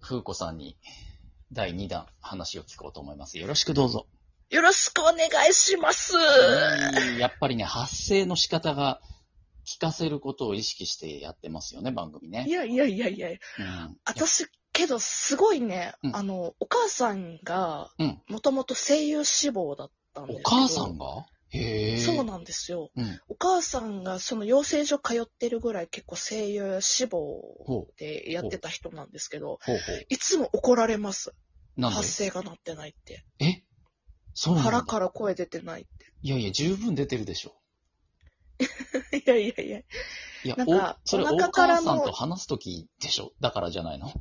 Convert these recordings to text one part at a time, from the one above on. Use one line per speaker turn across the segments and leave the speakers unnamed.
風子さんに第2弾話を聞こうと思います。よろしくどう ぞ。
よろしくお願いします。
うんやっぱりね、発声の仕方が聞かせることを意識してやってますよね、番組
い
ね。
やいやいやいや、
うん、
私、けど、すごいね、
うん
あの、お母さんが
うん、
もともと声優志望だったんです
お
けど
母さんがへえ。
そうなんですよ。
うん。
お母さんが、その養成所通ってるぐらい結構声優志望
ほう。
でやってた人なんですけど、
ほうほう。
いつも怒られます。
なん
発声がなってないって。
でえそうなんだ。
腹から声出て ないっ
いやいや、十分出てるでしょ。
て。いやいやいや。
いや
な、ん
お
か、
それ
お
お母
腹か
さ
ら
ん
の
と話すときでしょだからじゃないの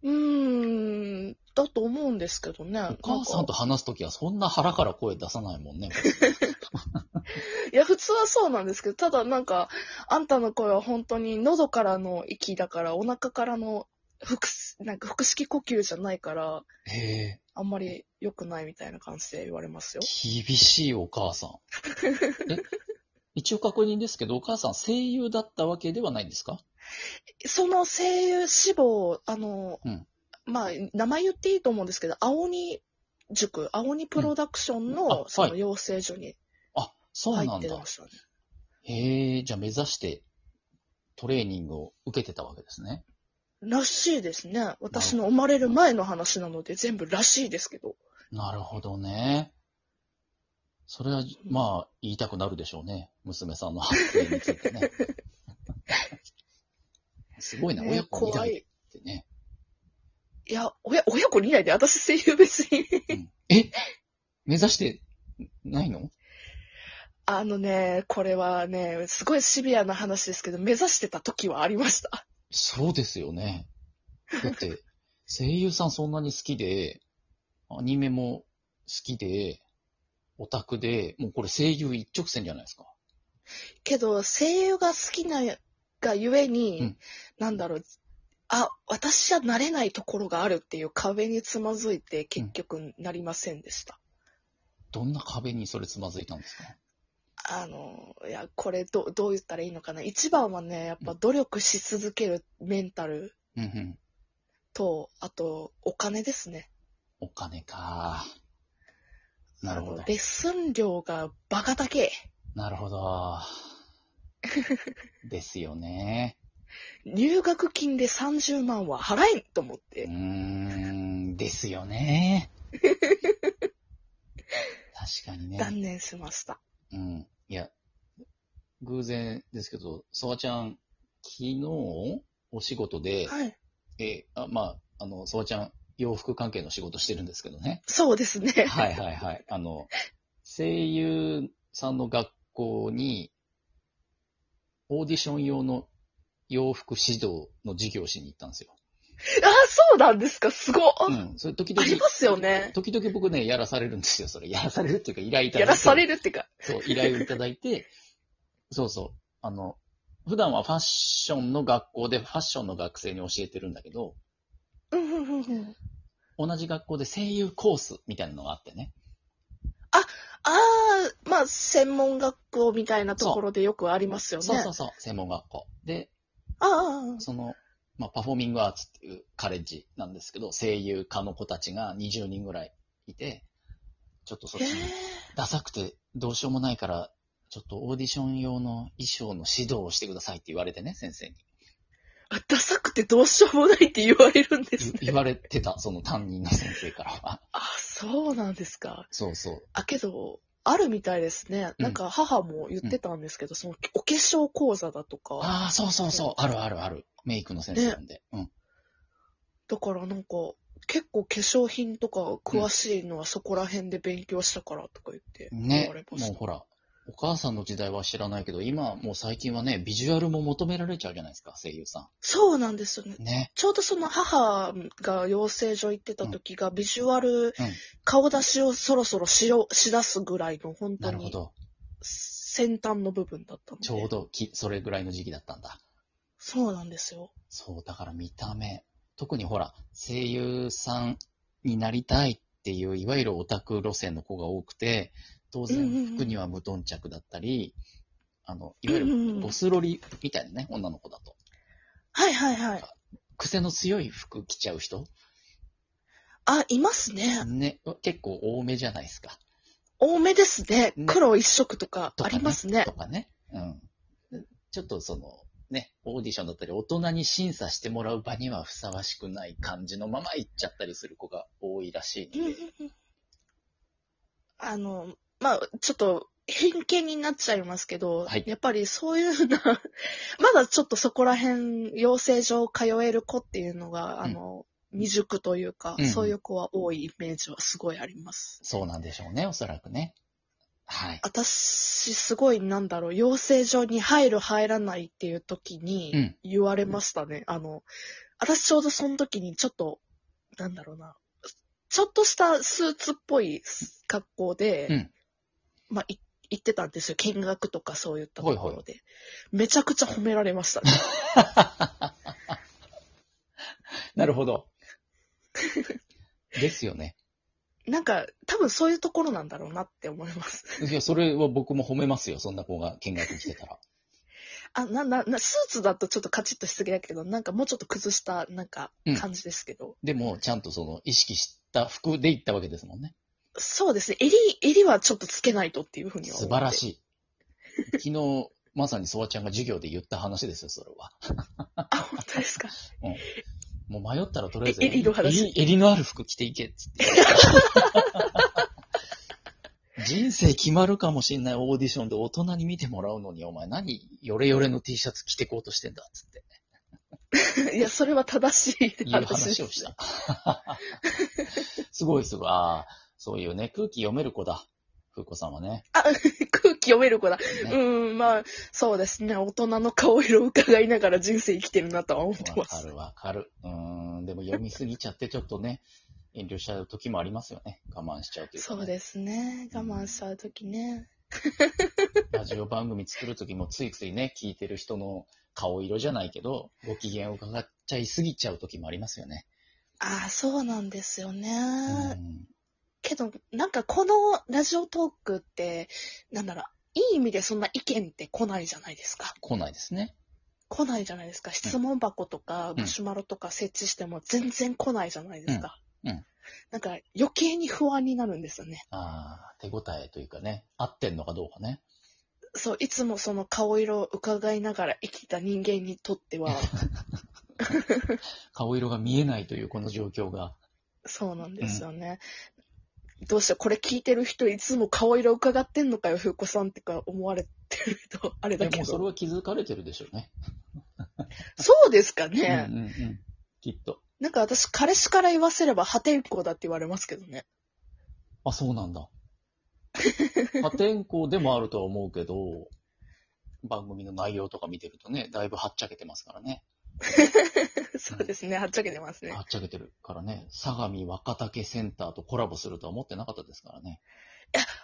うーん、だと思うんですけどね。
お母さんと話すときはそんな腹から声出さないもんね。
いや、普通はそうなんですけど、ただなんか、あんたの声は本当に喉からの息だから、お腹からの腹す、なんか腹式呼吸じゃないから、
へえ。
あんまり良くないみたいな感じで言われますよ。
厳しいお母 さん。え一応確認ですけど、お母さん声優だったわけではないんですか
その声優志望、あの、
うん
まあ、名前言っていいと思うんですけど、青鬼塾、青鬼プロダクション
うんあは
の
い
その養成所に
あ、そう
入
な
っ
ん
て
だ
ま。したね。
へえ、じゃあ目指してトレーニングを受けてたわけですね。
らしいですね。私の生まれる前の話なので、全部らしいですけど。
なるほどね。それは、まあ、言いたくなるでしょうね。娘さんの発声について ね。すごいな、親
ね、
子2
怖
代
い
っ。てね。
いや、親、親子にないで、私声優別に。
うんえ目指してないの
あのね、これはね、すごいシビアな話ですけど、目指してた時はありました。
そうですよね。だって、声優さんそんなに好きで、アニメも好きで、オタクで、もうこれ声優一直線じゃないですか。
けど、声優が好きながゆえに、
うん
なんだろう、あ、私じゃなれないところがあるっていう壁につまずいて、結局なりませんでした。
どんな壁にそれつまずいたんですか
あの、いや、これど、どう言ったらいいのかな。一番はね、やっぱ努力し続けるメンタル
うんうん。
と、あと、お金ですね。
お金か。なるほ
あ
ど
のレ。ッスン料がバカ高え。
なるほど。ですよね。
入学金で30万は払えんと思っ
うー
て。
ん、ですよね。確かにね。
断念しました。
うん。いや、偶然ですけど、ソワちゃん、昨日、お仕事で、
はい。。
え、あまあ、あの、ソワちゃん、洋服関係の仕事してるんですけどね
そうですね。
はいはいはい。あの、声優さんの学校に、オーディション用の洋服指導の授業をしに行ったんですよ。
あ、そうなんですか。すごっ。
うん。それ時
あ
々、
りますよね。
時々僕ね、やらされるんですよ、それ。やらされるっていうか、依頼いただ
や
いて
らされるってか。
そう、依頼をいただいて、そうそう。あの、普段はファッションの学校でファッションの学生に教えてるんだけど、
うんうんうんうん。
同じ学校で声優コースみたいなのがあってね。
ああ、まあ、専門学校みたいなところでよくありますよね。
そうそうそう、専門学校。で、
ああ、
その、まあ、パフォーミングアーツっていうカレッジなんですけど、声優科の子たちが20人ぐらいいて、ちょっとそっち
へえ
に、ダサくてどうしようもないから、ちょっとオーディション用の衣装の指導をしてくださいって言われてね、先生に。
あダサくてどうしようもないって言われるんで
言
すね。
言われてた、その担任の先生からは。
あ、そうなんですか。
そうそう。
あ、けど、あるみたいですね。なんか母も言ってたんですけど、そのお化粧講座だとか。
ああ、そうそうそう。あるあるある。メイクの先生なんで。うん。
だからなんか、結構化粧品とか詳しいのはそこら辺で勉強したからとか言って言
ね
われ。まし
もう
た。
ほら、お母さんの時代は知らないけど、今もう最近はね、ビジュアルも求められちゃうじゃないですか、声優さ
そうなんですよね。
ん。ね。
ちょうどその母が養成所行ってた時がビジュアル、顔出しをそろそろしようしだすぐらいの本当
なるほ
に
ど。
先端の部分だったので。
ちょう。どき、それぐらいの時期だったんだ。
そうなんですよ。
そう、だから見た目。特にほら、声優さんになりたいっていう、いわゆるオタク路線の子が多くて、当
うんうんう
然
ん
服には無頓着だったり、あの、いわゆ
うんうんう
る
ん
ボスロリみたいなね、女の子だと。
はいはいはい。
癖の強い服着ちゃう人
あ、いますね。
ね、結構多めじゃないですか。
多めですね
ね。
黒一色とか
と
あ
かね
りますね。
とかね。うん。ちょっとその、ね、オーディションだったり、大人に審査してもらう場にはふさわしくない感じのまま行っちゃったりする子が多いらしい
うんんうん
で。
うん あの、まあ、ちょっと、偏見になっちゃいますけど、
はい
やっぱりそういうな、 まだちょっとそこら辺、養成所を通える子っていうのが、あの、未熟というか、
うんうん
そういう子は多いイメージはすごいあります。
そうなんでしょうね、おそらくね。はい。
私、すごい、なんだろう、養成所に入る、入らないっていう時に、
うん。
言われましたね。あの、私ちょうどその時にちょっと、なんだろうな、ちょっとしたスーツっぽい格好で、
うん
まあ、い行ってたんですよ。見学とかそういったところで。
はいは
めちゃくちゃ褒められまし たね。
なるほど。 ですよね。
なんか、多分そういうところなんだろうなって思います。
いや、それは僕も褒めますよ、そんな子が見学に来てたら。
あ、な、な、な、スーツだとちょっとカチッとしすぎだけど、なんかもうちょっと崩した、なんか
うん、
感じですけど。
でも、ちゃんとその、意識した服で行ったわけですもんね。
そうですね。襟、襟はちょっとつけないとっていうふうには思
素
って
晴らしい。昨日、まさにソワちゃんが授業で言った話ですよ、それは。
あ、本当ですか。
もう迷ったらとりあえず、
え襟の話
襟襟のある服着ていけ っつって。人生決まるかもしれないオーディションで大人に見てもらうのに、お前何、ヨレヨレの T シャツ着てこうとしてんだっつって、
いや、それは正しい話です。
いう話を した。すごいすごい。ああ、そういうね、空気読める子だ。風子さんはね。
あ、空気読める子だ。う
ね
ーん、まあ、そうですね。大人の顔色を伺いながら人生生きてるなとは思って
わ
ま
か
す。
るわかる。うーん、でも読みすぎちゃってちょっとね、遠慮しちゃう時もありますよね。我慢しちゃうというか、ね。
そうですね。我慢しちゃうときね。
ラジオ番組作るときもついついね、聞いてる人の顔色じゃないけど、ご機嫌を伺っちゃいすぎちゃうときもありますよね。
ああ、そうなんですよね。
うん。
けど、なんかこのラジオトークって、なんだろう、いい意味でそんな意見って来ないじゃないですか。
来ないですね。
来ないじゃないですか。質問箱とか、
うん
マシュマロとか設置しても全然来ないじゃないですか。
うんうん
なんか余計に不安になるんですよね。
ああ、手応えというかね、合ってんのかどうかね。
そう、いつもその顔色を伺いながら生きた人間にとっ ては、
顔色が見えないというこの状況が。
そうなんですよね。どうしよう、これ聞いてる人いつも顔色伺ってんのかよ、ふうこさんってか思われてると、あれ
で
だけ
も
ど。
うそ
そ
れは気づかれてるでしょうね。
うですかね、
うんうんうん。きっと。
なんか私、彼氏から言わせれば破天荒だって言われますけどね。
あ、そうなんだ。破天荒でもあるとは思うけど、番組の内容とか見てるとね、だいぶはっちゃけてますからね。
そうですね、はっちゃけてますね
は。っちゃけてるからね、相模若竹センターとコラボするとは思ってなかったですからね。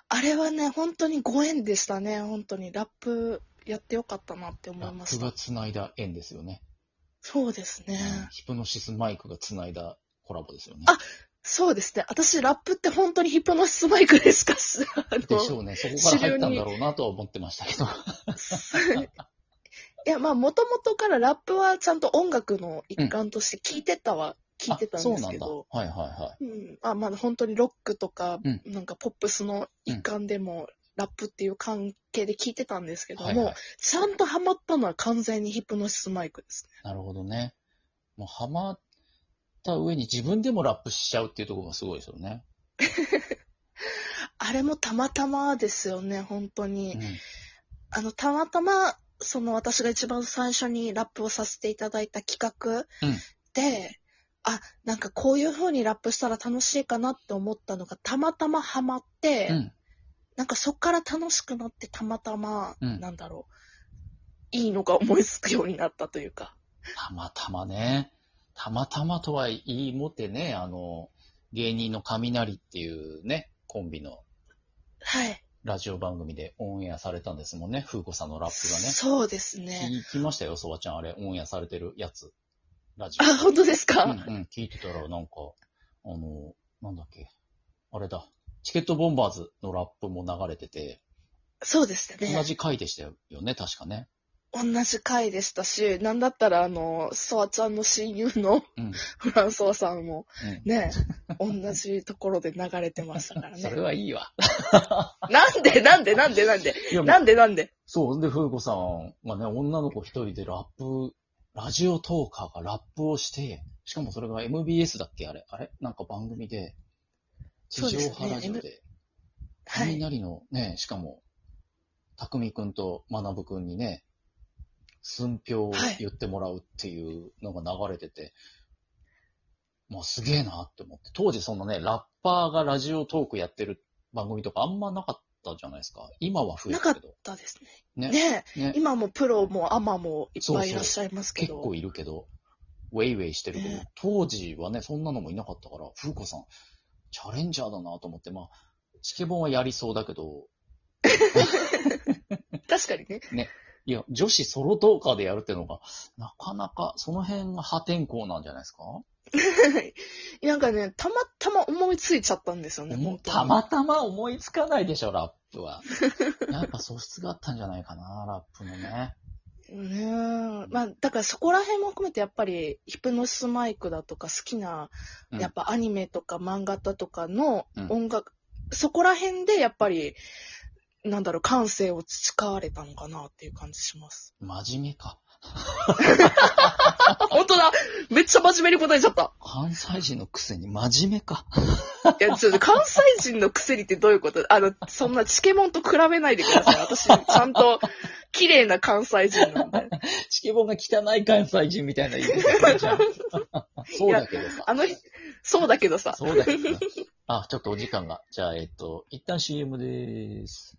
あれはね、本当にご縁でしたね、本当に。ラップやってよかったなって思
ラ
い
ッ
ま
プ
した
が。繋いだ縁ですよね。
そうですね。
ヒプノシスマイクが繋いだコラボですよね。
あそうですね。私、ラップって本当にヒプノシスマイクでしかし、あ
で
の、
しょうね。そこから入ったんだろうなとは思ってましたけど。
いや、まあ、もともとからラップはちゃんと音楽の一環として聞いてたは、 聞いてた
あ
ん
そう
です
なん
け
だ。
ど、
はいはいは
うん、あ、まあ、本当にロックとか、
うん
なんかポップスの一環でも、ラップっていう関係で聞いてたんですけ
い。
ども、
はいはい、
ちゃんとハマったのは完全にヒプノシスマイクですね。
なるほどね。もうハマった上に自分でもラップしちゃうっていうところがすごいですよね。
あれもたまたまですよね、本当に。
うん
あの、たまたま、その私が一番最初にラップをさせていただいた企画
うん
で、あ、なんかこういう風にラップしたら楽しいかなって思ったのがたまたまハマって、
うん。
なんかそっから楽しくなってたまたま、
うん
なんだろう、いいのが思いつくようになったというか。
たまたまね。たまたまとは言いもってね、あの、芸人の雷っていうね、コンビの
はい。
ラジオ番組でオンエアされたんですもんね、風子さんのラップがね。
そうですね。
聞きましたよ、そばちゃん、あれ、オンエアされてるやつ。ラジ
あ、本当です
オ。
か、
うんうん、聞いてたら、なんか、あの、なんだっけ、あれだ、チケットボンバーズのラップも流れてて、
そうでしたね
同。じ回でしたよね、確かね。
同じ回でしたし、なんだったらあの、ソワちゃんの親友の
うん。
フランソワさんも
う
ね、同じところで流れてました から
ん。それ
ね。
はいいわ。
なんでなんでなんでなんで
いや
なんでなんで
そう。で、風子さんがね、女の子一人でラップ、ラジオトーカーがラップをして、しかもそれが MBS だっけあれあれなんか番組で、地上波ラジオ
そうです
で、
は
み
い。
なりのね、しかも、たくみくんとまなぶくんにね、寸評を言ってもらうっていうのが流れてて、まあすげえなって思って、当時そのね、ラッパーがラジオトークやってる番組とかあんまなかったじゃないですか。今は増え
なか
た
っ
けど。
たですね。
ね
ね
ね
今もプロもアマもいっぱいいらっしゃいますけ
結
ど。
構いるけど、ウェイウェイしてるけど
ね、
当時はね、そんなのもいなかったから、風子さん、チャレンジャーだなと思って、まあ、チケボンはやりそうだけど、
確かにね。
いや、女子ソロトーカーでやるってのが、なかなか、その辺が破天荒なんじゃないですか
なんかね、たまたま思いついちゃったんですよね、本当に
たまたま思いつかないでしょ、ラップは。 やっぱ素質があったんじゃないかな、ラップもね。
ねえ。まあ、だからそこら辺も含めて、やっぱり、ヒプノシスマイクだとか、好きな、
うん
やっぱアニメとか漫画だとかの
うん
音楽、そこら辺で、やっぱり、なんだろう、感性を培われたのかなっていう感じします。
真面目か。
あ、本当だめっちゃ真面目に答えちゃった
関西人のくせに真面目か。
いや、ちょっと関西人のくせにってどういうことあの、そんなチケモンと比べないでください。私、ちゃんと、綺麗な関西人なんで。
チケボンが汚い関西人みたいな言い方 じゃん。そうだけどさ。
あの、そうだけどさ。
そうだけどさ。あ、ちょっとお時間が。じゃあ、えっと、一旦 CM でーす。